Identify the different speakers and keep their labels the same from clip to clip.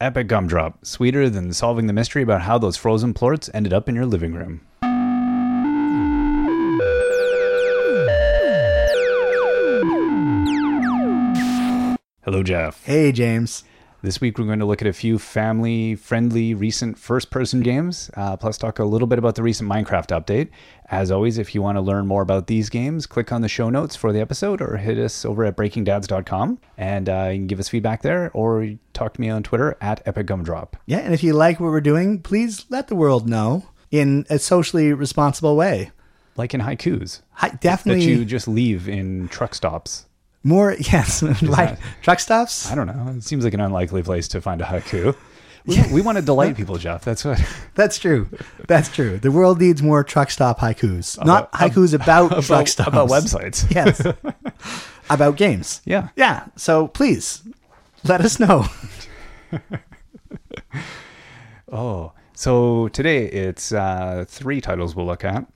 Speaker 1: Epic Gumdrop, sweeter than solving the mystery about how those frozen plorts ended up in your living room. Hello, Jeff.
Speaker 2: Hey, James.
Speaker 1: This week, we're going to look at a few family friendly recent first person games, uh, plus talk a little bit about the recent Minecraft update. As always, if you want to learn more about these games, click on the show notes for the episode or hit us over at breakingdads.com and uh, you can give us feedback there or talk to me on Twitter at epicgumdrop.
Speaker 2: Yeah, and if you like what we're doing, please let the world know in a socially responsible way.
Speaker 1: Like in haikus
Speaker 2: Hi,
Speaker 1: that
Speaker 2: definitely
Speaker 1: you just leave in truck stops.
Speaker 2: more, yes, like truck stops.
Speaker 1: I don't know. It seems like an unlikely place to find a haiku. We, we want to delight people, Jeff. That's what.
Speaker 2: That's true. That's true. The world needs more truck stop haikus, not haikus about, truck stops,
Speaker 1: about websites.
Speaker 2: yes, about games.
Speaker 1: Yeah.
Speaker 2: Yeah. So please let us know.
Speaker 1: Oh, so today it's uh, three titles we'll look at.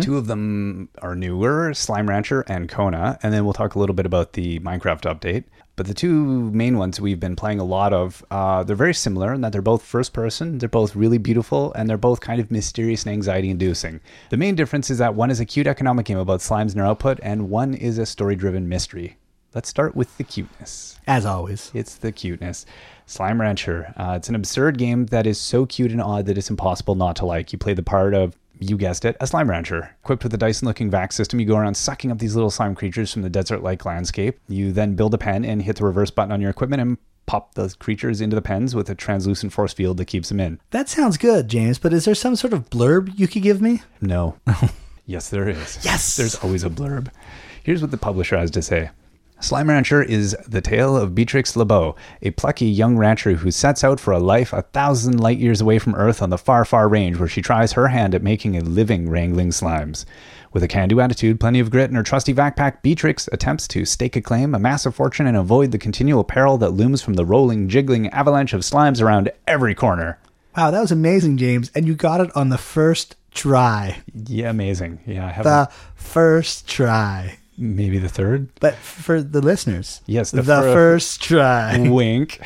Speaker 1: Two of them are newer Slime Rancher and Kona. And then we'll talk a little bit about the Minecraft update. But the two main ones we've been playing a lot of, uh, they're very similar in that they're both first person, they're both really beautiful, and they're both kind of mysterious and anxiety inducing. The main difference is that one is a cute economic game about slimes and their output, and one is a story driven mystery. Let's start with the cuteness.
Speaker 2: As always,
Speaker 1: It's the cuteness. Slime Rancher. Uh, it's an absurd game that is so cute and odd that it's impossible not to like. You play the part of, you guessed it, a slime rancher. Equipped with a Dyson looking vac system, you go around sucking up these little slime creatures from the desert like landscape. You then build a pen and hit the reverse button on your equipment and pop those creatures into the pens with a translucent force field that keeps them in.
Speaker 2: that sounds good, James. But is there some sort of blurb you could give me?
Speaker 1: No. yes, there is.
Speaker 2: Yes!
Speaker 1: There's always a blurb. Here's what the publisher has to say. Slime Rancher is the tale of Beatrix LeBeau, a plucky young rancher who sets out for a life a thousand light years away from Earth on the far, far range where she tries her hand at making a living wrangling slimes. With a can do attitude, plenty of grit, and her trusty backpack, Beatrix attempts to stake a claim, amass a fortune, and avoid the continual peril that looms from the rolling, jiggling avalanche of slimes around every corner.
Speaker 2: Wow, that was amazing, James. And you got it on the first try.
Speaker 1: Yeah, amazing. Yeah, I have
Speaker 2: The first try.
Speaker 1: maybe the third.
Speaker 2: But for the listeners,
Speaker 1: Yes,
Speaker 2: the,
Speaker 1: the fir-
Speaker 2: first try.
Speaker 1: wink.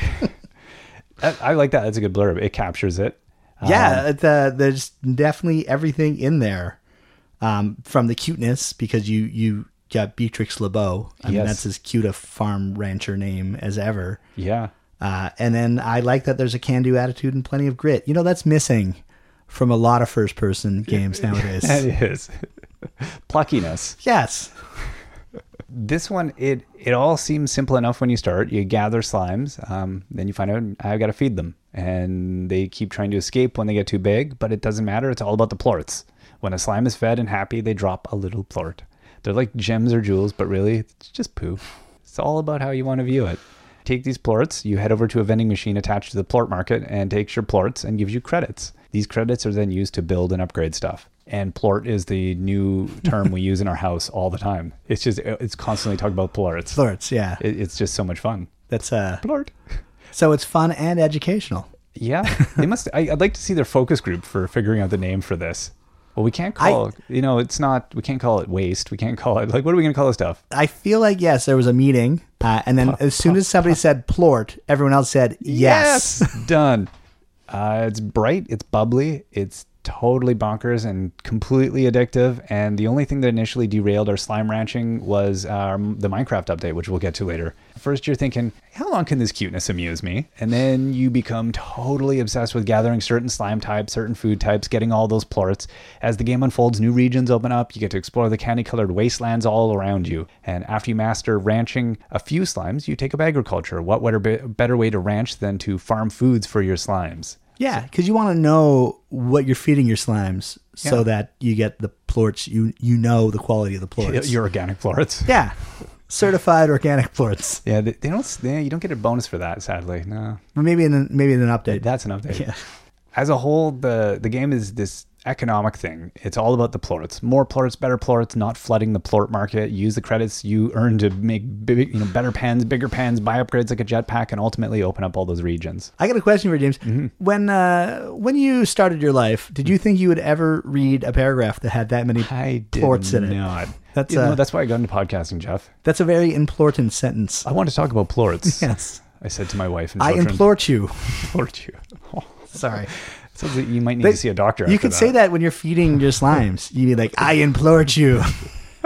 Speaker 1: I, I like that. That's a good blurb. It captures it.
Speaker 2: yeah, uh, the, there's definitely everything in there, um, from the cuteness because you you got Beatrix LeBeau. I mean,
Speaker 1: Yes.
Speaker 2: that's as cute a farm rancher name as ever.
Speaker 1: Yeah.
Speaker 2: Uh, and then I like that there's a can-do attitude and plenty of grit. You know, that's missing from a lot of first-person games
Speaker 1: That
Speaker 2: nowadays.
Speaker 1: is. Pluckiness.
Speaker 2: yes.
Speaker 1: This one, it it all seems simple enough when you start. You gather slimes, um, then you find out I've got to feed them, and they keep trying to escape when they get too big. But it doesn't matter. It's all about the plorts. When a slime is fed and happy, they drop a little plort. They're like gems or jewels, but really, it's just poo. It's all about how you want to view it. Take these plorts, you head over to a vending machine attached to the plort market and takes your plorts and gives you credits. These credits are then used to build and upgrade stuff. And plort is the new term we use in our house all the time. It's just, it's constantly talking about plorts.
Speaker 2: Florets, yeah.
Speaker 1: It, it's just so much fun.
Speaker 2: That's uh
Speaker 1: Plort.
Speaker 2: so it's fun and educational.
Speaker 1: Yeah. They must, I, I'd like to see their focus group for figuring out the name for this. Well, we can't
Speaker 2: I-
Speaker 1: call, you know, it's not, we can't call it waste. We can't call it, like, what are we going to call this stuff?
Speaker 2: I feel like yes, there was a meeting, uh, and then as soon as somebody said plort, everyone else said yes.
Speaker 1: Done. Uh, it's bright, it's bubbly, it's totally bonkers and completely addictive. And the only thing that initially derailed our slime ranching was uh, the Minecraft update, which we'll get to later. First, you're thinking, how long can this cuteness amuse me? And then you become totally obsessed with gathering certain slime types, certain food types, getting all those plorts. As the game unfolds, new regions open up. You get to explore the candy colored wastelands all around you. And after you master ranching a few slimes, you take up agriculture. What better, better way to ranch than to farm foods for your slimes?
Speaker 2: Yeah, because you want to know what you're feeding your slimes, so
Speaker 1: Yeah.
Speaker 2: that you get the plorts. You you know the quality of the plorts.
Speaker 1: Your organic florets.
Speaker 2: yeah, certified organic plorts.
Speaker 1: Yeah, they, they don't. They, you don't get a bonus for that, sadly. No,
Speaker 2: Maybe in an, maybe in an update.
Speaker 1: that's an update.
Speaker 2: Yeah.
Speaker 1: As a whole, the the game is this economic thing. It's all about the plorts. More plorts, better plorts. Not flooding the plort market. Use the credits you earn to make big, you know, better pens, bigger pens, buy upgrades like a jetpack, and ultimately open up all those regions.
Speaker 2: I got a question for James. When uh, when you started your life, did you think you would ever read a paragraph that had that many
Speaker 1: I did
Speaker 2: plorts in it?
Speaker 1: not.
Speaker 2: That's,
Speaker 1: You know,
Speaker 2: uh,
Speaker 1: that's why I got into podcasting, Jeff.
Speaker 2: That's a very important sentence.
Speaker 1: I want to talk about plorts.
Speaker 2: Yes.
Speaker 1: I said to my wife and
Speaker 2: I
Speaker 1: children.
Speaker 2: implore you.
Speaker 1: implored you. Oh,
Speaker 2: Sorry.
Speaker 1: sounds like you might need
Speaker 2: They-
Speaker 1: to see a doctor.
Speaker 2: You
Speaker 1: after
Speaker 2: could say that when you're feeding your slimes. You'd be like, I implored you.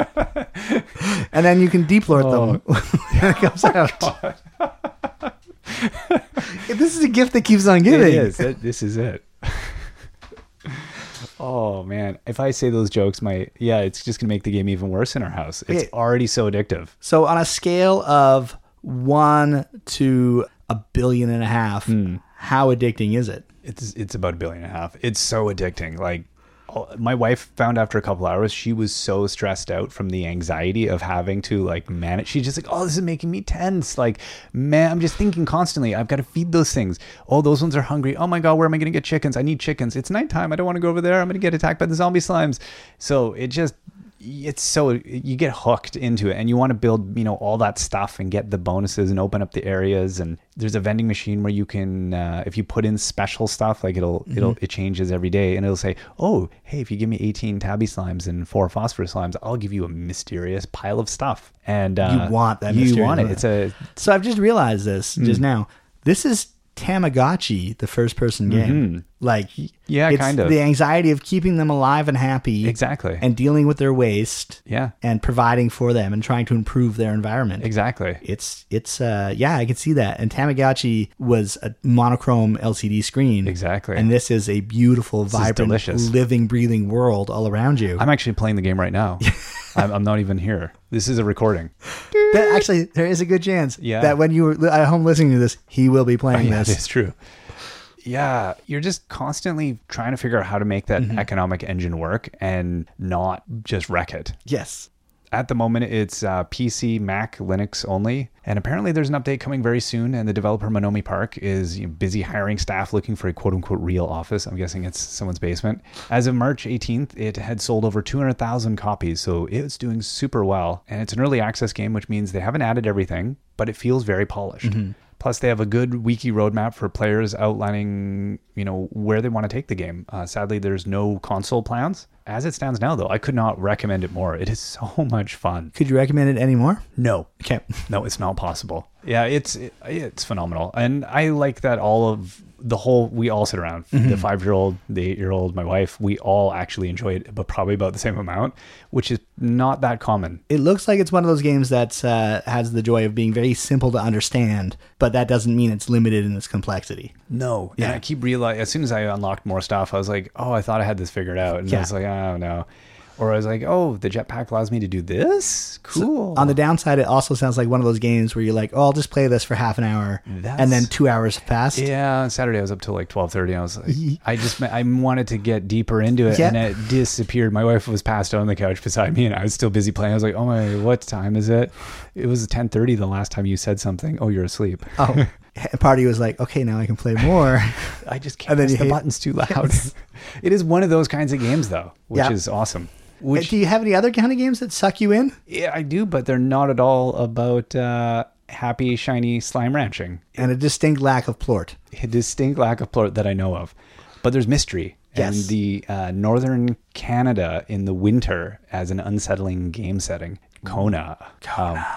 Speaker 2: and then you can deplore them
Speaker 1: Oh,
Speaker 2: when it comes out. this is a gift that keeps on giving.
Speaker 1: It is. That- this is it. oh man, if I say those jokes, my yeah, it's just gonna make the game even worse in our house. It's
Speaker 2: Okay.
Speaker 1: already so addictive.
Speaker 2: So on a scale of one to a billion and a half,
Speaker 1: Hmm.
Speaker 2: how addicting is it?
Speaker 1: It's it's about a billion and a half. It's so addicting. Like oh, my wife found after a couple hours, she was so stressed out from the anxiety of having to like manage. She's just like, oh, this is making me tense. Like, man, I'm just thinking constantly. I've got to feed those things. Oh, those ones are hungry. Oh my god, where am I going to get chickens? I need chickens. It's nighttime. I don't want to go over there. I'm going to get attacked by the zombie slimes. So it just it's so you get hooked into it and you want to build you know all that stuff and get the bonuses and open up the areas and there's a vending machine where you can uh, if you put in special stuff like it'll
Speaker 2: Mm-hmm.
Speaker 1: it'll it changes every day and it'll say oh hey if you give me 18 tabby slimes and four phosphorus slimes i'll give you a mysterious pile of stuff and uh,
Speaker 2: want that
Speaker 1: you
Speaker 2: mysterious
Speaker 1: want it
Speaker 2: one.
Speaker 1: it's a
Speaker 2: So I've just realized this
Speaker 1: Hmm.
Speaker 2: just now. This is Tamagotchi, the first person game. Like
Speaker 1: Mm-hmm. Yeah,
Speaker 2: it's
Speaker 1: kind of.
Speaker 2: the anxiety of keeping them alive and happy.
Speaker 1: Exactly.
Speaker 2: And dealing with their waste
Speaker 1: yeah
Speaker 2: and providing for them and trying to improve their environment.
Speaker 1: exactly
Speaker 2: It's it's uh yeah, I can see that. And Tamagotchi was a monochrome LCD screen.
Speaker 1: Exactly.
Speaker 2: And this is a beautiful, vibrant,
Speaker 1: delicious.
Speaker 2: living, breathing world all around you.
Speaker 1: i'm actually playing the game right now I'm, I'm not even here this is a recording
Speaker 2: That- actually, there is a good chance
Speaker 1: Yeah.
Speaker 2: that when you were li- at home listening to this, he will be playing
Speaker 1: Yeah,
Speaker 2: this.
Speaker 1: It's true. Yeah, you're just constantly trying to figure out how to make that economic engine work and not just wreck it.
Speaker 2: Yes.
Speaker 1: At the moment, it's uh, PC, Mac, Linux only. And apparently, there's an update coming very soon. And the developer Monomi Park is you know, busy hiring staff looking for a quote unquote real office. I'm guessing it's someone's basement. As of March 18th, it had sold over 200,000 copies. So it's doing super well. And it's an early access game, which means they haven't added everything, but it feels very polished. Plus, they have a good wiki roadmap for players outlining, you know, where they want to take the game. Uh, sadly, there's no console plans. As it stands now, though, I could not recommend it more. It is so much fun.
Speaker 2: Could you recommend it anymore?
Speaker 1: No,
Speaker 2: Okay.
Speaker 1: no, it's not possible. Yeah, it's it- it's phenomenal, and I like that all of the whole we all sit around the five year old, the eight year old, my wife. We all actually enjoy it, but probably about the same amount, which is not that common.
Speaker 2: It looks like it's one of those games that uh, has the joy of being very simple to understand, but that doesn't mean it's limited in its complexity.
Speaker 1: No, yeah. And I keep realizing as soon as I unlocked more stuff, I was like, oh, I thought I had this figured out, and
Speaker 2: Yeah.
Speaker 1: I was like, oh no, or I was like, oh, the jetpack allows me to do this. Cool.
Speaker 2: On the downside, it also sounds like one of those games where you're like, "Oh, I'll just play this for half an hour,"
Speaker 1: That's-
Speaker 2: and then two hours passed.
Speaker 1: Yeah, on Saturday I was up till like twelve thirty. I was like, I just I wanted to get deeper into it,
Speaker 2: Yeah.
Speaker 1: and it disappeared. My wife was passed out on the couch beside me, and I was still busy playing. I was like, oh my, what time is it? It was ten thirty the last time you said something. Oh, you're asleep.
Speaker 2: Oh, and part of you was like, "Okay, now I can play more."
Speaker 1: I just
Speaker 2: And
Speaker 1: can't.
Speaker 2: then
Speaker 1: press
Speaker 2: you
Speaker 1: the
Speaker 2: hate-
Speaker 1: buttons too loud. it is one of those kinds of games though, which
Speaker 2: Yeah.
Speaker 1: is awesome. Which
Speaker 2: Uh, Do you have any other kind of games that suck you in?
Speaker 1: yeah, I do, but they're not at all about uh, happy shiny slime ranching.
Speaker 2: And a distinct lack of plort.
Speaker 1: a distinct lack of plort that I know of. But there's mystery.
Speaker 2: Yes.
Speaker 1: And the uh, northern Canada in the winter as an unsettling game setting. Kona. Kona.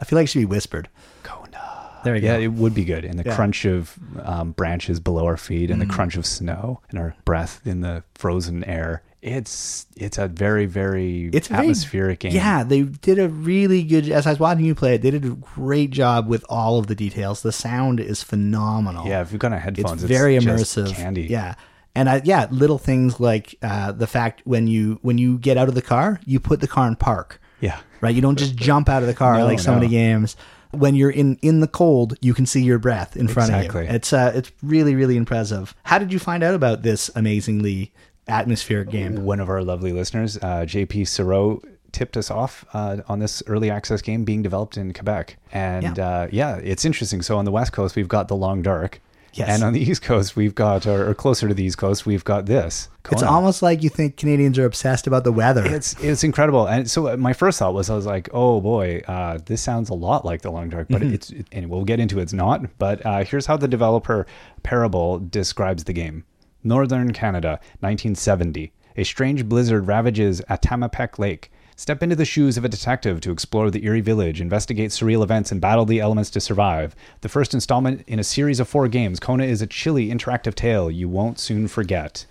Speaker 2: I feel like it should be whispered.
Speaker 1: Kona.
Speaker 2: There we
Speaker 1: Yeah,
Speaker 2: go.
Speaker 1: it would be good. And the
Speaker 2: Yeah.
Speaker 1: crunch of um, branches below our feet and the
Speaker 2: Mm-hmm.
Speaker 1: crunch of snow and our breath in the frozen air. It's it's a very, very
Speaker 2: It's a very-
Speaker 1: atmospheric game.
Speaker 2: Yeah, they did a really good. As I was watching you play it, they did a great job with all of the details. The sound is phenomenal.
Speaker 1: Yeah, if you've got a headphones,
Speaker 2: it's very
Speaker 1: just
Speaker 2: immersive.
Speaker 1: Candy.
Speaker 2: Yeah. And I, yeah, little things like uh, the fact when you when you get out of the car, you put the car in park.
Speaker 1: Yeah.
Speaker 2: Right? You don't just jump out of the car
Speaker 1: No,
Speaker 2: like so many
Speaker 1: no.
Speaker 2: games. When you're in in the cold, you can see your breath in front of
Speaker 1: Exactly.
Speaker 2: you. It's uh, it's really really impressive. How did you find out about this amazingly atmospheric game?
Speaker 1: one of our lovely listeners, uh, JP Sereau, tipped us off uh, on this early access game being developed in Quebec. And
Speaker 2: Yeah.
Speaker 1: yeah. Uh, yeah, it's interesting. So on the West Coast, we've got The Long Dark.
Speaker 2: Yes.
Speaker 1: And on the East Coast, we've got, or, or closer to the East Coast, we've got this.
Speaker 2: It's
Speaker 1: Kona.
Speaker 2: almost like you think Canadians are obsessed about the weather.
Speaker 1: It's it's incredible, and so uh, my first thought was I was like, oh boy, uh, this sounds a lot like The Long Dark, but it's it, and we'll get into it's not. But uh, here's how the developer Parable describes the game: Northern Canada, 1970. A strange blizzard ravages Atamapec Lake. Step into the shoes of a detective to explore the eerie village, investigate surreal events, and battle the elements to survive. The first installment in a series of four games, Kona is a chilly, interactive tale you won't soon forget.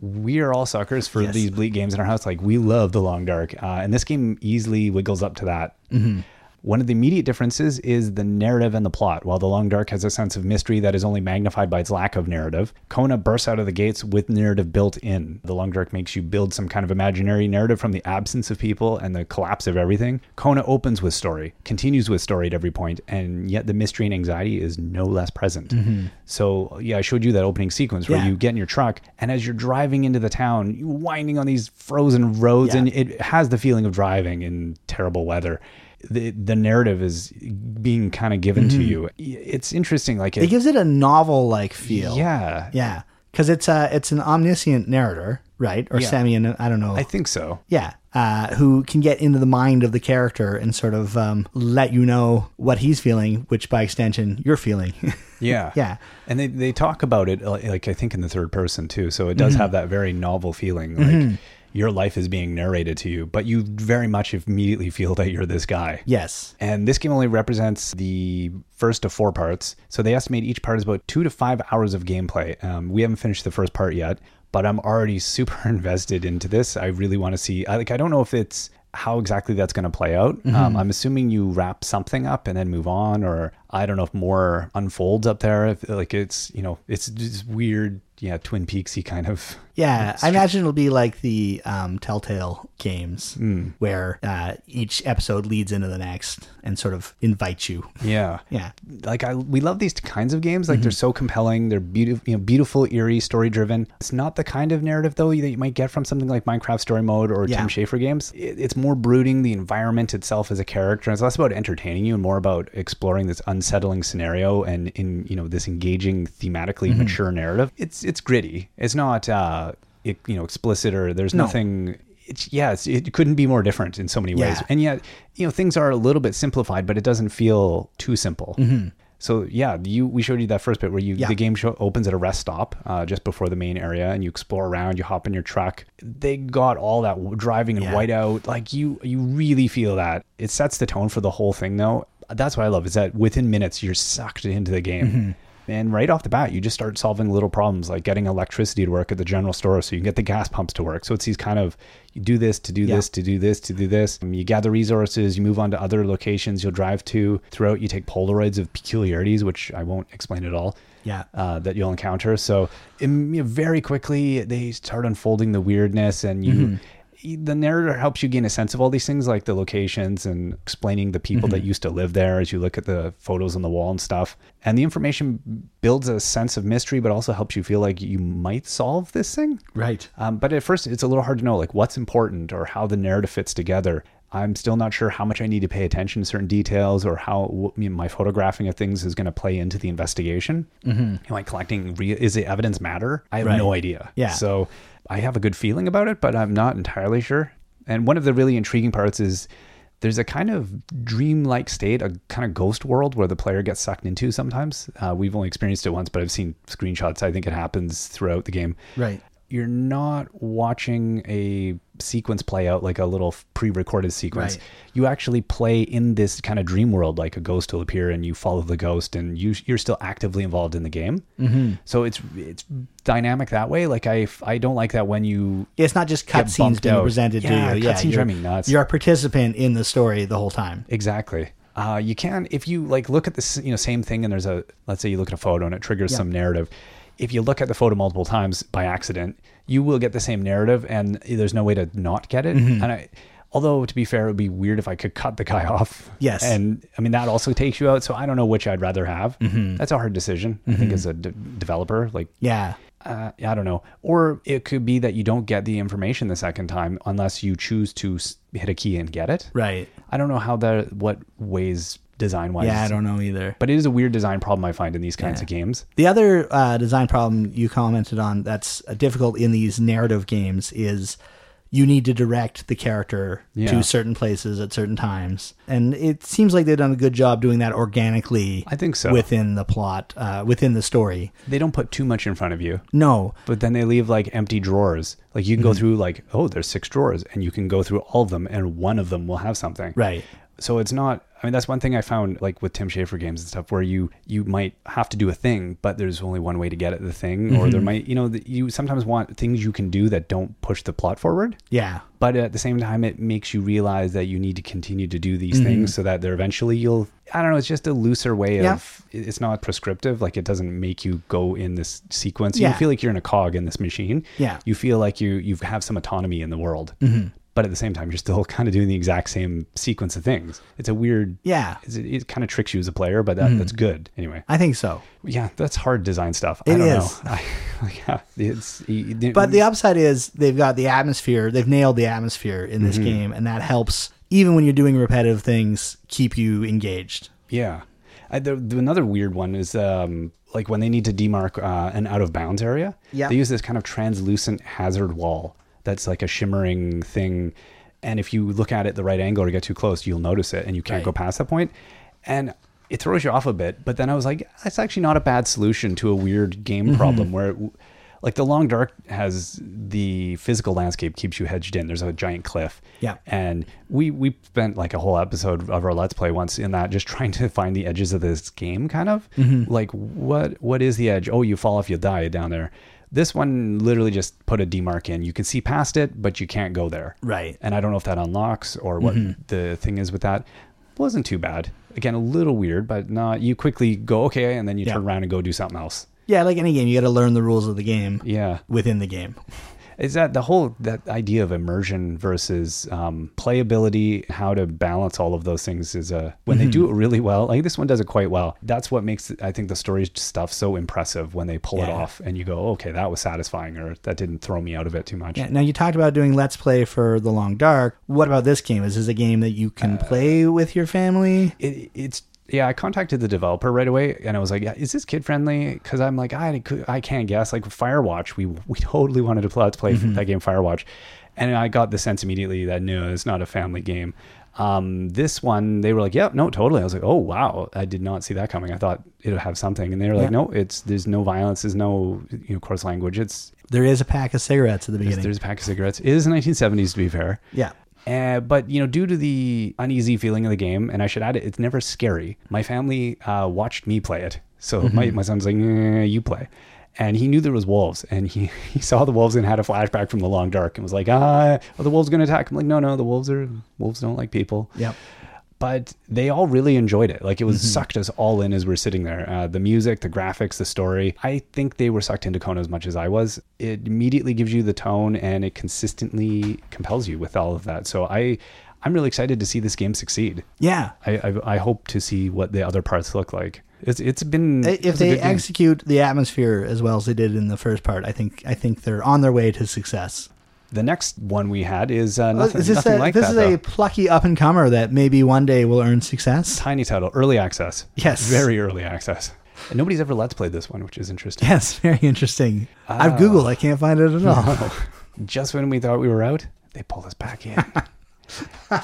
Speaker 1: We are all suckers for
Speaker 2: Yes.
Speaker 1: these bleak games in our house. Like, we love The Long Dark, uh, and this game easily wiggles up to that.
Speaker 2: Mm-hmm.
Speaker 1: One of the immediate differences is the narrative and the plot. While The Long Dark has a sense of mystery that is only magnified by its lack of narrative, Kona bursts out of the gates with narrative built in. The Long Dark makes you build some kind of imaginary narrative from the absence of people and the collapse of everything. Kona opens with story, continues with story at every point, and yet the mystery and anxiety is no less present. So, yeah, I showed you that opening sequence where
Speaker 2: Mm-hmm. Yeah.
Speaker 1: you get in your truck, and as you're driving into the town, you're winding on these frozen roads,
Speaker 2: Yeah.
Speaker 1: and it has the feeling of driving in terrible weather. The the narrative is being kind of given
Speaker 2: Mm-hmm.
Speaker 1: to you. It's interesting, like
Speaker 2: It
Speaker 1: it,
Speaker 2: gives it a novel like feel.
Speaker 1: yeah,
Speaker 2: Yeah. Because it's a it's an omniscient narrator, right? Or
Speaker 1: Yeah.
Speaker 2: semi, I don't know.
Speaker 1: I think so.
Speaker 2: yeah, uh, who can get into the mind of the character and sort of um, let you know what he's feeling, which by extension you're feeling.
Speaker 1: Yeah,
Speaker 2: Yeah.
Speaker 1: And they they talk about it uh, like I think in the third person too. So it does
Speaker 2: Mm-hmm.
Speaker 1: have that very novel feeling, like. Your life is being narrated to you, but you very much immediately feel that you're this guy.
Speaker 2: yes.
Speaker 1: And this game only represents the first of four parts. So they estimate each part is about two to five hours of gameplay. Um, we haven't finished the first part yet, but I'm already super invested into this. I really want to see. I, like, I don't know if it's how exactly that's going to play out. Um, I'm assuming you wrap something up and then move on, or I don't know if more unfolds up there. If like it's you know it's just weird, yeah, Twin Peaksy kind of.
Speaker 2: Yeah, I imagine it'll be like the um, Telltale games,
Speaker 1: Hmm.
Speaker 2: where uh, each episode leads into the next and sort of invites you.
Speaker 1: Yeah.
Speaker 2: Yeah,
Speaker 1: like I we love these kinds of games. Like they're so compelling. They're beautiful, you know, beautiful, eerie, story driven. It's not the kind of narrative though that you might get from something like Minecraft Story Mode or
Speaker 2: Yeah.
Speaker 1: Tim Schafer games. It, it's more brooding. The environment itself as a character. It's less about entertaining you and more about exploring this unsettling scenario and in you know this engaging, thematically mature narrative. It's it's gritty. It's not uh, it, you know explicit or there's nothing. It's, yeah, it's, it couldn't be more different in so many ways.
Speaker 2: Yeah.
Speaker 1: And yet, you know, things are a little bit simplified, but it doesn't feel too simple. So yeah, you we showed you that first bit where you
Speaker 2: Mm-hmm. Yeah.
Speaker 1: the game show opens at a rest stop uh, just before the main area, and you explore around. You hop in your truck. They got all that w- driving and
Speaker 2: Yeah.
Speaker 1: whiteout. Like you, you really feel that. It sets the tone for the whole thing, though. That's what I love is that within minutes you're sucked into the game.
Speaker 2: Mm-hmm.
Speaker 1: And right off the bat, you just start solving little problems like getting electricity to work at the general store so you can get the gas pumps to work. So it's these kind of you do this to do
Speaker 2: Yeah.
Speaker 1: this to do this to do this. Um, you gather resources, you move on to other locations you'll drive to. Throughout, you take Polaroids of peculiarities, which I won't explain at all.
Speaker 2: Yeah.
Speaker 1: Uh, that you'll encounter. So im- you know, very quickly, they start unfolding the weirdness and you. The narrator helps you gain a sense of all these things, like the locations and explaining the people that used to live there as you look at the photos on the wall and stuff. And the information builds a sense of mystery, but also helps you feel like you might solve this thing.
Speaker 2: right.
Speaker 1: Um, but at first, it's a little hard to know like what's important or how the narrative fits together. I'm still not sure how much I need to pay attention to certain details or how w- you know, my photographing of things is going to play into the investigation. Mm-hmm. Am I collecting? Re- is the evidence matter? I have
Speaker 2: Right.
Speaker 1: no idea.
Speaker 2: Yeah.
Speaker 1: So I have a good feeling about it, but I'm not entirely sure. And one of the really intriguing parts is there's a kind of dreamlike state, a kind of ghost world where the player gets sucked into sometimes. Uh, we've only experienced it once, but I've seen screenshots. I think it happens throughout the game
Speaker 2: Right.
Speaker 1: you're not watching a sequence play out like a little f- pre-recorded sequence.
Speaker 2: Right.
Speaker 1: You actually play in this kind of dream world, like a ghost will appear and you follow the ghost, and you you're still actively involved in the game. Mm-hmm. So it's it's dynamic that way. Like I f- I don't like that when you
Speaker 2: It's not just cutscenes
Speaker 1: bumped
Speaker 2: being
Speaker 1: out.
Speaker 2: presented
Speaker 1: Yeah,
Speaker 2: to you. Yeah,
Speaker 1: cutscenes
Speaker 2: you're,
Speaker 1: drive me nuts.
Speaker 2: you're a participant in the story the whole time.
Speaker 1: Exactly. Uh, you can if you like look at the s- you know same thing and there's a let's say you look at a photo and it triggers some narrative. If you look at the photo multiple times by accident, you will get the same narrative, and there's no way to not get it. And I, although to be fair, it would be weird if I could cut the guy off.
Speaker 2: Yes.
Speaker 1: and I mean that also takes you out. So I don't know which I'd rather have. That's a hard decision. I think as a d- developer, like
Speaker 2: Yeah.
Speaker 1: uh, I don't know. Or it could be that you don't get the information the second time unless you choose to s- hit a key and get it.
Speaker 2: Right.
Speaker 1: I don't know how that what ways design wise.
Speaker 2: Yeah, I don't know either.
Speaker 1: But it is a weird design problem I find in these kinds
Speaker 2: Yeah.
Speaker 1: of games.
Speaker 2: The other uh, design problem you commented on that's uh, difficult in these narrative games is you need to direct the character
Speaker 1: Yeah.
Speaker 2: to certain places at certain times. And it seems like they've done a good job doing that organically
Speaker 1: I think so.
Speaker 2: within the plot, uh, within the story.
Speaker 1: They don't put too much in front of you,
Speaker 2: No,
Speaker 1: but then they leave like empty drawers. Like you can
Speaker 2: Mm-hmm.
Speaker 1: go through like, oh, there's six drawers, and you can go through all of them, and one of them will have something.
Speaker 2: right.
Speaker 1: So it's not. I mean, that's one thing I found like with Tim Schafer games and stuff, where you you might have to do a thing, but there's only one way to get at the thing, or
Speaker 2: Mm-hmm.
Speaker 1: there might you know that you sometimes want things you can do that don't push the plot forward.
Speaker 2: Yeah.
Speaker 1: But at the same time, it makes you realize that you need to continue to do
Speaker 2: Mm-hmm.
Speaker 1: these things so that they're eventually you'll. I don't know. It's just a looser way
Speaker 2: Yeah.
Speaker 1: of. it- It's not prescriptive. Like it doesn't make you go in this sequence. You
Speaker 2: Yeah.
Speaker 1: feel like you're in a cog in this machine.
Speaker 2: Yeah. Mm-hmm.
Speaker 1: You feel like you you have some autonomy in the world. But at the same time, you're still kind of doing the exact same sequence of things. It's a weird.
Speaker 2: Yeah. Mm-hmm.
Speaker 1: it's- It, kind of tricks you as a player, but that, that's good anyway.
Speaker 2: I think so.
Speaker 1: Yeah, that's hard design stuff. I
Speaker 2: It
Speaker 1: don't
Speaker 2: is.
Speaker 1: know. I, yeah, it's. it-
Speaker 2: But the upside is they've got the atmosphere. They've nailed the atmosphere in
Speaker 1: Mm-hmm.
Speaker 2: this game, and that helps even when you're doing repetitive things keep you engaged.
Speaker 1: Yeah. I, the, the, another weird one is um, like when they need to demarc uh, an out of bounds area,
Speaker 2: Yeah.
Speaker 1: they use this kind of translucent hazard wall that's like a shimmering thing. And if you look at it the right angle or get too close, you'll notice it and you can't
Speaker 2: Right.
Speaker 1: go past that point. And it throws you off a bit. But then I was like, that's actually not a bad solution to a weird game
Speaker 2: Mm-hmm.
Speaker 1: problem where. It, like the long dark has the physical landscape keeps you hedged in. There's a giant cliff.
Speaker 2: Yeah.
Speaker 1: And we we spent like a whole episode of our let's play once in that just trying to find the edges of this game kind of.
Speaker 2: Mm-hmm.
Speaker 1: Like what what is the edge? Oh, you fall off, you die down there. This one literally just put a demarc in. You can see past it, but you can't go there.
Speaker 2: Right. Mm-hmm.
Speaker 1: And I don't know if that unlocks or what the thing is with that. Wasn't too bad. Again, a little weird, but not you quickly go okay and then you
Speaker 2: Yeah.
Speaker 1: turn around and go do something else.
Speaker 2: Yeah, like any game, you got to learn the rules of the game
Speaker 1: Yeah.
Speaker 2: within the game.
Speaker 1: is that the whole that idea of immersion versus um, playability how to balance all of those things is a when
Speaker 2: Mm-hmm.
Speaker 1: they do it really well like this one does it quite well that's what makes i think the story stuff so impressive when they pull it
Speaker 2: Yeah.
Speaker 1: off and you go "Oh, okay that was satisfying or that didn't throw me out of it too much
Speaker 2: Yeah, now you talked about doing Let's Play for The Long Dark. What about this game? Is this a game that you
Speaker 1: Uh,
Speaker 2: can play with your family?
Speaker 1: it, it's yeah i contacted the developer right away and i was like yeah, is this kid friendly because i'm like I, could- I can't guess like firewatch we we totally wanted to play, let's play that game firewatch and i got the sense immediately that no it's not a family game um, this one they were like yeah no totally i was like oh wow i did not see that coming i thought it'll have something and they were like
Speaker 2: Yeah.
Speaker 1: no it's there's no violence there's no you know coarse language it's
Speaker 2: There is a pack of cigarettes at the beginning.
Speaker 1: there's a pack of cigarettes it is 1970s to be fair
Speaker 2: yeah.
Speaker 1: uh, but you know, due to the uneasy feeling of the game, and I should add it, it's never scary. My family uh, watched me play it, so my, my son's like, "Nah, "You play," and he knew there was wolves, and he, he saw the wolves and had a flashback from the Long Dark, and was like, "Ah, are the wolves going to attack?" I'm like, "No, no, the wolves are wolves don't like people."
Speaker 2: Yep.
Speaker 1: But they all really enjoyed it. Like it was
Speaker 2: Mm-hmm.
Speaker 1: sucked us all in as we're sitting there. Uh, the music, the graphics, the story. I think they were sucked into Kona as much as I was. It immediately gives you the tone, and it consistently compels you with all of that. So I, I'm really excited to see this game succeed.
Speaker 2: Yeah.
Speaker 1: I I, I hope to see what the other parts look like. It's it's been
Speaker 2: I-
Speaker 1: it
Speaker 2: If
Speaker 1: was a
Speaker 2: they
Speaker 1: good game.
Speaker 2: execute the atmosphere as well as they did in the first part, I think I think they're on their way to success.
Speaker 1: the next one we had is uh, nothing,
Speaker 2: is this
Speaker 1: nothing
Speaker 2: a,
Speaker 1: like
Speaker 2: this
Speaker 1: that.
Speaker 2: is
Speaker 1: though.
Speaker 2: a plucky up and comer that maybe one day will earn success.
Speaker 1: tiny title, early access.
Speaker 2: Yes.
Speaker 1: very early access. And nobody's ever let's played this one, which is interesting.
Speaker 2: Yes, very interesting. I've
Speaker 1: Ah.
Speaker 2: Googled, I can't find it at all.
Speaker 1: just when we thought we were out, they pulled us back in.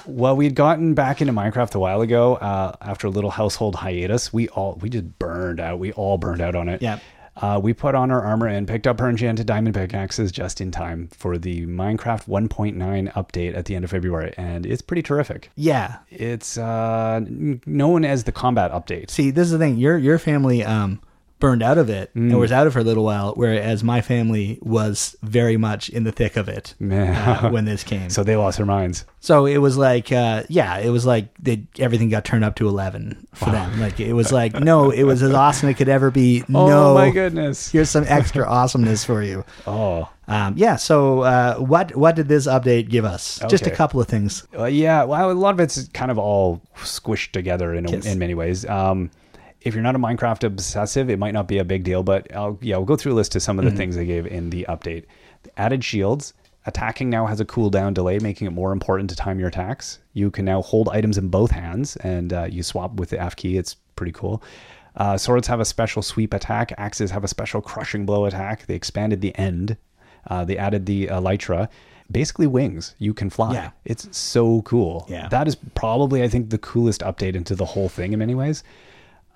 Speaker 1: well, we'd gotten back into Minecraft a while ago uh, after a little household hiatus. We all we just burned out. We all burned out on it.
Speaker 2: Yep.
Speaker 1: Uh, we put on our armor and picked up our enchanted diamond pickaxes just in time for the Minecraft 1.9 update at the end of February, and it's pretty terrific.
Speaker 2: yeah.
Speaker 1: It's uh, n- known as the combat update.
Speaker 2: See, this is the thing. Your your family um burned out of it
Speaker 1: Mm.
Speaker 2: and was out of for a little while, whereas my family was very much in the thick of it uh, when this came.
Speaker 1: So they lost their minds.
Speaker 2: So it was like, uh, yeah, it was like they, everything got turned up to 11 for them. Like, it was like, no, it was as awesome it could ever be. no,
Speaker 1: Oh my goodness.
Speaker 2: here's some extra awesomeness for you.
Speaker 1: Oh.
Speaker 2: Um, yeah. So, uh, what, what did this update give us? Just a
Speaker 1: Okay.
Speaker 2: couple of things.
Speaker 1: Uh, yeah, well, a lot of it's kind of all squished together in a, in many ways. Um, if you're not a Minecraft obsessive, it might not be a big deal, but I'll yeah, we'll go through a list of some of the things they gave in the update. Added shields. Attacking now has a cooldown delay, making it more important to time your attacks. You can now hold items in both hands, and uh, you swap with the F key. It's pretty cool. Uh, swords have a special sweep attack. Axes have a special crushing blow attack. They expanded the end Uh, they added the elytra, basically wings. You can fly.
Speaker 2: Yeah.
Speaker 1: It's so cool.
Speaker 2: Yeah.
Speaker 1: That is probably, I think, the coolest update into the whole thing in many ways.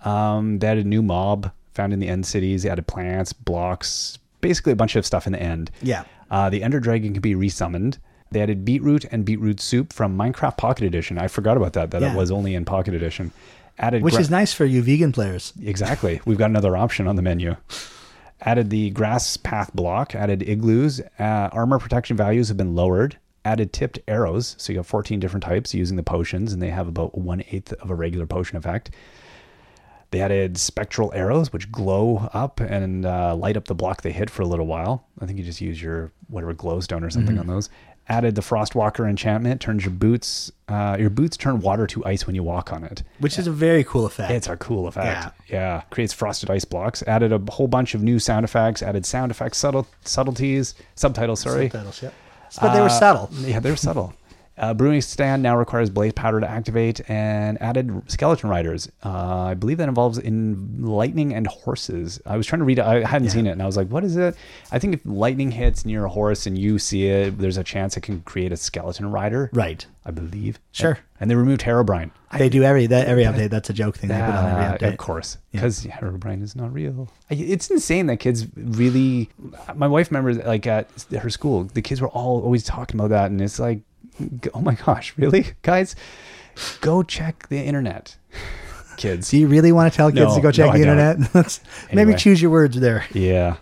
Speaker 1: Um, they added a new mob found in the end cities. They added plants, blocks, basically a bunch of stuff in the end.
Speaker 2: Yeah.
Speaker 1: Uh, the Ender Dragon can be resummoned. They added beetroot and beetroot soup from Minecraft Pocket Edition. I forgot about that. That
Speaker 2: Yeah.
Speaker 1: it was only in Pocket Edition. Added
Speaker 2: Which
Speaker 1: gra-
Speaker 2: is nice for you vegan players.
Speaker 1: Exactly. We've got another option on the menu. Added the grass path block, added igloos, uh, armor protection values have been lowered, added tipped arrows. So you have 14 different types using the potions, and they have about one eighth of a regular potion effect. They added spectral arrows, which glow up and uh, light up the block they hit for a little while. I think you just use your whatever glowstone or something on those. Added the Frostwalker enchantment, turns your boots, uh, your boots turn water to ice when you walk on it.
Speaker 2: Which is a very cool effect.
Speaker 1: It's a cool effect. Yeah. Creates frosted ice blocks. Added a whole bunch of new sound effects. Added sound effects subtle subtleties subtitles. Sorry.
Speaker 2: Subtitles, yep. But they were
Speaker 1: Uh,
Speaker 2: subtle.
Speaker 1: Yeah, they're subtle. Uh, brewing stand now requires blaze powder to activate, and added skeleton riders. Uh, I believe that involves in lightning and horses. I was trying to read it. I hadn't seen it, and I was like, "What is it?" I think if lightning hits near a horse and you see it, there's a chance it can create a skeleton rider.
Speaker 2: Right.
Speaker 1: I believe.
Speaker 2: Sure.
Speaker 1: And they removed Herobrine.
Speaker 2: They do every that every update. That's a joke thing they put on
Speaker 1: Uh,
Speaker 2: every update.
Speaker 1: of course, because Herobrine is not real. I- It's insane that kids really. My wife remembers, like at her school, the kids were all always talking about that, and it's like, g- oh my gosh, really, guys, go check the internet, kids.
Speaker 2: Do you really want to tell kids
Speaker 1: No,
Speaker 2: to go check
Speaker 1: no, I
Speaker 2: the
Speaker 1: don't.
Speaker 2: internet? Let's maybe
Speaker 1: Anyway.
Speaker 2: choose your words there.
Speaker 1: Yeah,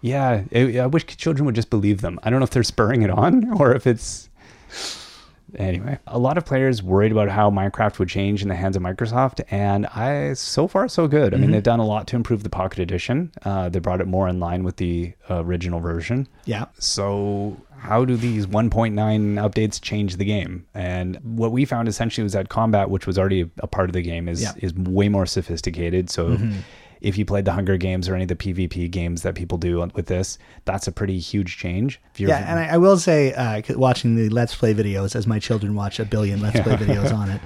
Speaker 1: yeah. I, I wish children would just believe them. I don't know if they're spurring it on or if it's. Anyway, a lot of players worried about how Minecraft would change in the hands of Microsoft, and I so far so good. I mean, they've done a lot to improve the Pocket Edition. Uh, they brought it more in line with the uh, original version.
Speaker 2: Yeah.
Speaker 1: So, how do these 1.9 updates change the game? And what we found essentially was that combat, which was already a part of the game, is
Speaker 2: Yeah. Mm-hmm.
Speaker 1: is way more sophisticated. So, if you played the Hunger Games or any of the PvP games that people do with this, that's a pretty huge change. If you're,
Speaker 2: Yeah, and I, I will say, uh, c- watching the Let's Play videos, as my children watch a billion Let's Play videos on it,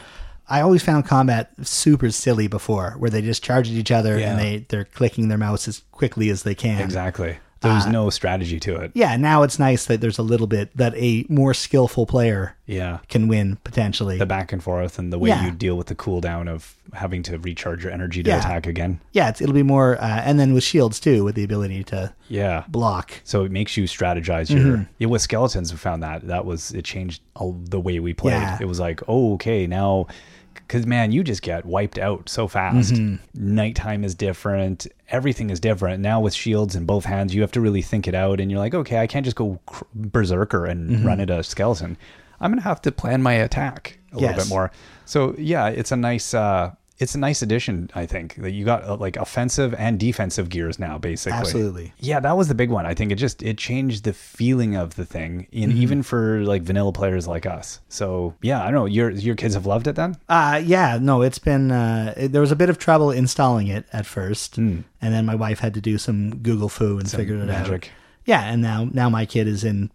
Speaker 2: I always found combat super silly before, where they just charge at each other
Speaker 1: Yeah.
Speaker 2: and they they're clicking their mouse as quickly as they can.
Speaker 1: exactly, there's
Speaker 2: Uh,
Speaker 1: no strategy to it.
Speaker 2: Yeah, now it's nice that there's a little bit that a more skillful player
Speaker 1: Yeah.
Speaker 2: can win potentially.
Speaker 1: The back and forth and the way
Speaker 2: Yeah.
Speaker 1: you deal with the cooldown of having to recharge your energy to
Speaker 2: Yeah.
Speaker 1: attack again.
Speaker 2: yeah, it's, it'll be more, uh, and then with shields too, with the ability to
Speaker 1: Yeah.
Speaker 2: block.
Speaker 1: So it makes you strategize your.
Speaker 2: Mm-hmm.
Speaker 1: Yeah, with skeletons, we found that that was it changed all the way we played.
Speaker 2: Yeah.
Speaker 1: It was like, oh, okay, now, because man, you just get wiped out so fast.
Speaker 2: Mm-hmm.
Speaker 1: Nighttime is different. Everything is different now with shields in both hands. You have to really think it out, and you're like, okay, I can't just go cr- berserker and
Speaker 2: Mm-hmm.
Speaker 1: run at a skeleton. I'm gonna have to plan my attack a little
Speaker 2: Yes.
Speaker 1: bit more. So yeah, it's a nice. uh it's a nice addition, I think. That you got uh, like offensive and defensive gears now, basically.
Speaker 2: Absolutely.
Speaker 1: Yeah, that was the big one. I think it just it changed the feeling of the thing, and
Speaker 2: Mm-hmm.
Speaker 1: even for like vanilla players like us. So yeah, I don't know. Your your kids have loved it then.
Speaker 2: Uh, yeah, no, it's been, uh, it- there was a bit of trouble installing it at first. And then my wife had to do Hmm. some Google foo and figured it
Speaker 1: magic.
Speaker 2: out. Yeah. And now, now my kid is in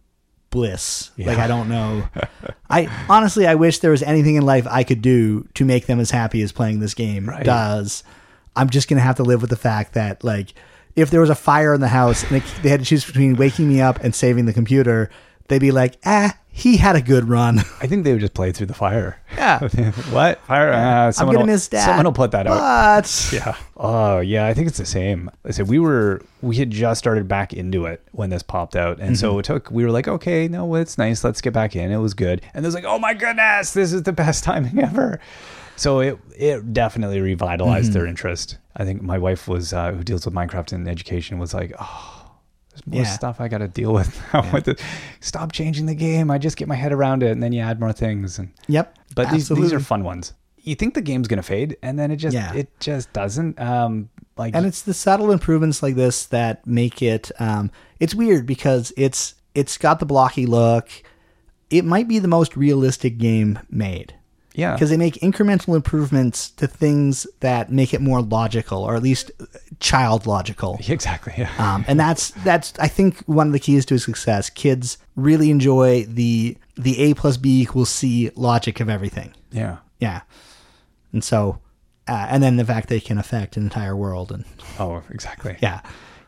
Speaker 2: bliss. Like, I don't know. I honestly, I wish there was anything in life I could do to make them as happy as playing this game does. I'm just going to have to live with the fact that, like, if there was a fire in the house and they- they had to choose between waking me up and saving the computer, they'd be like, ah, he had a good run.
Speaker 1: I think they would just play through the fire.
Speaker 2: Yeah.
Speaker 1: what fire? Uh, someone
Speaker 2: gonna
Speaker 1: will-
Speaker 2: miss Dad.
Speaker 1: Someone will put that out.
Speaker 2: but
Speaker 1: Yeah. Oh, yeah. I think it's the same. I said we were we had just started back into it when this popped out, and so it took. We were like, okay, no, it's nice. Let's get back in. It was good, and it was like, oh my goodness, this is the best timing ever. So it it definitely revitalized their interest. I think my wife was uh, who deals with Minecraft and education was like, oh. There's more
Speaker 2: Yeah.
Speaker 1: stuff I got to deal with now. With the, stop changing the game. I just get my head around it, and then you add more things. And
Speaker 2: Yep.
Speaker 1: but these, these are
Speaker 2: absolutely.
Speaker 1: fun ones. You think the game's gonna fade, and then it just
Speaker 2: Yeah.
Speaker 1: it just doesn't. Um, like
Speaker 2: and it's the subtle improvements like this that make it um it's weird because it's it's got the blocky look. It might be the most realistic game made.
Speaker 1: yeah,
Speaker 2: Because they make incremental improvements to things that make it more logical or at least child logical.
Speaker 1: exactly. Yeah.
Speaker 2: Um, and that's that's I think one of the keys to his success. Kids really enjoy the the A plus B equals C logic of everything.
Speaker 1: yeah.
Speaker 2: Yeah. And so, uh, and then the fact they can affect an entire world and
Speaker 1: Oh, exactly.
Speaker 2: yeah.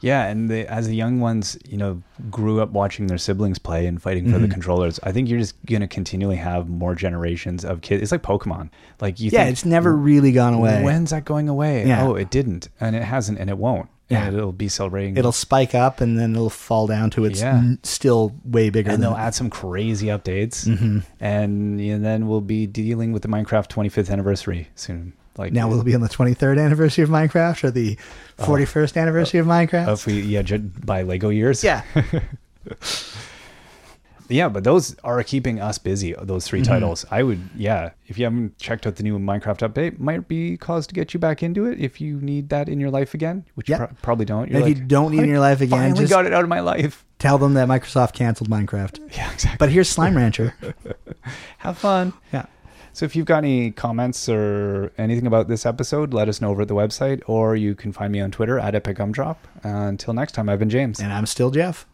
Speaker 1: Yeah, and the, as the young ones, you know, grew up watching their siblings play and fighting for the
Speaker 2: Mm-hmm.
Speaker 1: controllers, I think you're just going to continually have more generations of kids. It's like Pokemon. Like you
Speaker 2: Yeah,
Speaker 1: think
Speaker 2: it's never really gone away.
Speaker 1: when's that going away?
Speaker 2: Yeah.
Speaker 1: Oh, it didn't, and it hasn't, and it won't. And it'll be celebrating.
Speaker 2: It'll spike up and then it'll fall down to its
Speaker 1: Yeah.
Speaker 2: n- still way bigger.
Speaker 1: and
Speaker 2: than
Speaker 1: they'll add some crazy updates,
Speaker 2: Mm-hmm.
Speaker 1: and, and then we'll be dealing with the Minecraft 25th anniversary soon. Like
Speaker 2: now will it be on the 23rd anniversary of Minecraft or the 41st anniversary Oh. of Minecraft?
Speaker 1: uh, if we yeah ju- by Lego years
Speaker 2: yeah.
Speaker 1: Yeah, but those are keeping us busy. uh, Those 3
Speaker 2: Mm-hmm.
Speaker 1: titles, I would. Yeah, if you haven't checked out the new Minecraft update, might be cause to get you back into it if you need that in your life again, which
Speaker 2: Yeah.
Speaker 1: you pro- probably don't.
Speaker 2: if you don't need it in your life
Speaker 1: I
Speaker 2: again,
Speaker 1: finally
Speaker 2: just
Speaker 1: got it out of my life.
Speaker 2: tell them that Microsoft canceled Minecraft.
Speaker 1: Yeah, exactly.
Speaker 2: But here's Slime Rancher.
Speaker 1: Have fun.
Speaker 2: yeah.
Speaker 1: So if you've got any comments or anything about this episode, let us know over at the website, or you can find me on Twitter at Epic Gumdrop. Uh, until next time, I've been James.
Speaker 2: And I'm still Jeff.